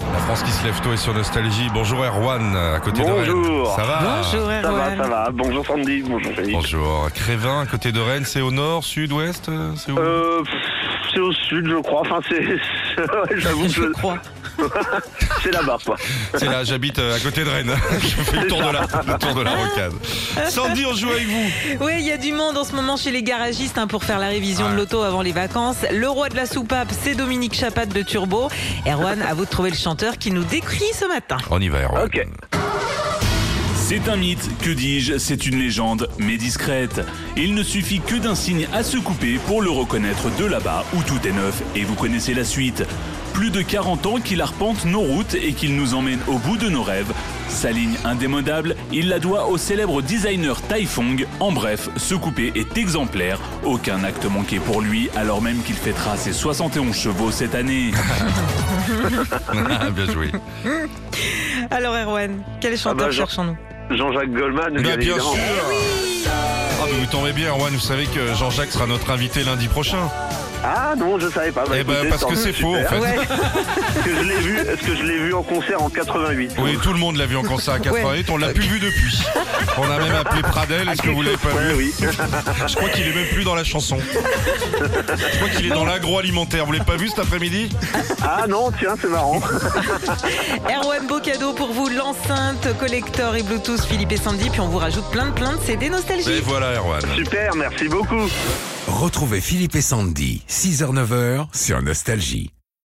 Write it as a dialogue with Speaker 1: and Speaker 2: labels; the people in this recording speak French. Speaker 1: France qui se lève tôt et sur Nostalgie. Bonjour Erwan, à côté de Rennes.
Speaker 2: Bonjour.
Speaker 1: Ça va
Speaker 3: Bonjour
Speaker 2: Ah, Ça va,
Speaker 3: Erwan.
Speaker 2: ça va. Bonjour Sandy, bonjour Félix.
Speaker 1: Bonjour. Crévin, à côté de Rennes, c'est au nord, sud, ouest euh, C'est où
Speaker 2: Euh, pff, c'est au sud, je crois. Enfin, c'est. ouais, J'avoue que
Speaker 3: Je
Speaker 2: je-
Speaker 3: crois.
Speaker 2: c'est là-bas, quoi.
Speaker 1: C'est là, j'habite euh, à côté de Rennes. Je fais le tour de la, le tour de la rocade. Sandy, on joue avec vous.
Speaker 3: Oui, il y a du monde en ce moment chez les garagistes hein, pour faire la révision
Speaker 2: Ah.
Speaker 1: Ouais.
Speaker 3: de l'auto avant les vacances. Le roi de la soupape, c'est Dominique Chapat de Turbo. Erwan, à vous de trouver le chanteur qui nous décrit ce matin.
Speaker 1: On y va, Erwan.
Speaker 2: Ok.
Speaker 4: C'est un mythe, que dis-je, c'est une légende, mais discrète. Il ne suffit que d'un signe à se couper pour le reconnaître de là-bas où tout est neuf, et vous connaissez la suite. Plus de 40 ans qu'il arpente nos routes et qu'il nous emmène au bout de nos rêves. Sa ligne indémodable, il la doit au célèbre designer Tai Fong. En bref, se couper est exemplaire. Aucun acte manqué pour lui, alors même qu'il fêtera ses 71 chevaux cette année.
Speaker 1: Ah, Bien
Speaker 2: Eh
Speaker 1: joué.
Speaker 3: Alors Erwan, quel chanteur
Speaker 2: bah, je-
Speaker 3: cherchons-nous
Speaker 2: Jean-Jacques Goldman,
Speaker 1: Bah,
Speaker 2: bien
Speaker 1: bien sûr.
Speaker 2: évidemment. Eh
Speaker 1: Ah, mais vous tombez bien, Erwan. Vous savez que Jean-Jacques sera notre invité lundi prochain.
Speaker 2: Ah non, je savais pas. Bah,
Speaker 1: Eh ben,
Speaker 2: écoutez,
Speaker 1: parce
Speaker 2: tant
Speaker 1: que
Speaker 2: mieux,
Speaker 1: c'est faux, en
Speaker 2: super.
Speaker 1: fait.
Speaker 3: Ouais,
Speaker 2: Est-ce que je l'ai vu, est-ce que je l'ai vu en concert en 88
Speaker 1: Oui, tout le monde l'a vu en concert à 88. On l'a plus vu depuis. On a même appelé Pradel. Est-ce que vous l'avez pas vu
Speaker 2: Ouais, oui.
Speaker 1: Je crois qu'il est même plus dans la chanson. Je crois qu'il est dans l'agroalimentaire. Vous l'avez pas vu cet après-midi
Speaker 2: Ah non, tiens, c'est marrant.
Speaker 3: Erwan, beau cadeau pour vous, l'enceinte, collector et Bluetooth Philippe et Sandy. Puis on vous rajoute plein de plein de CD nostalgie.
Speaker 1: Et Ben voilà, Erwan.
Speaker 2: Super, merci beaucoup.
Speaker 5: Retrouvez Philippe et Sandy, 6h-9h sur Nostalgie.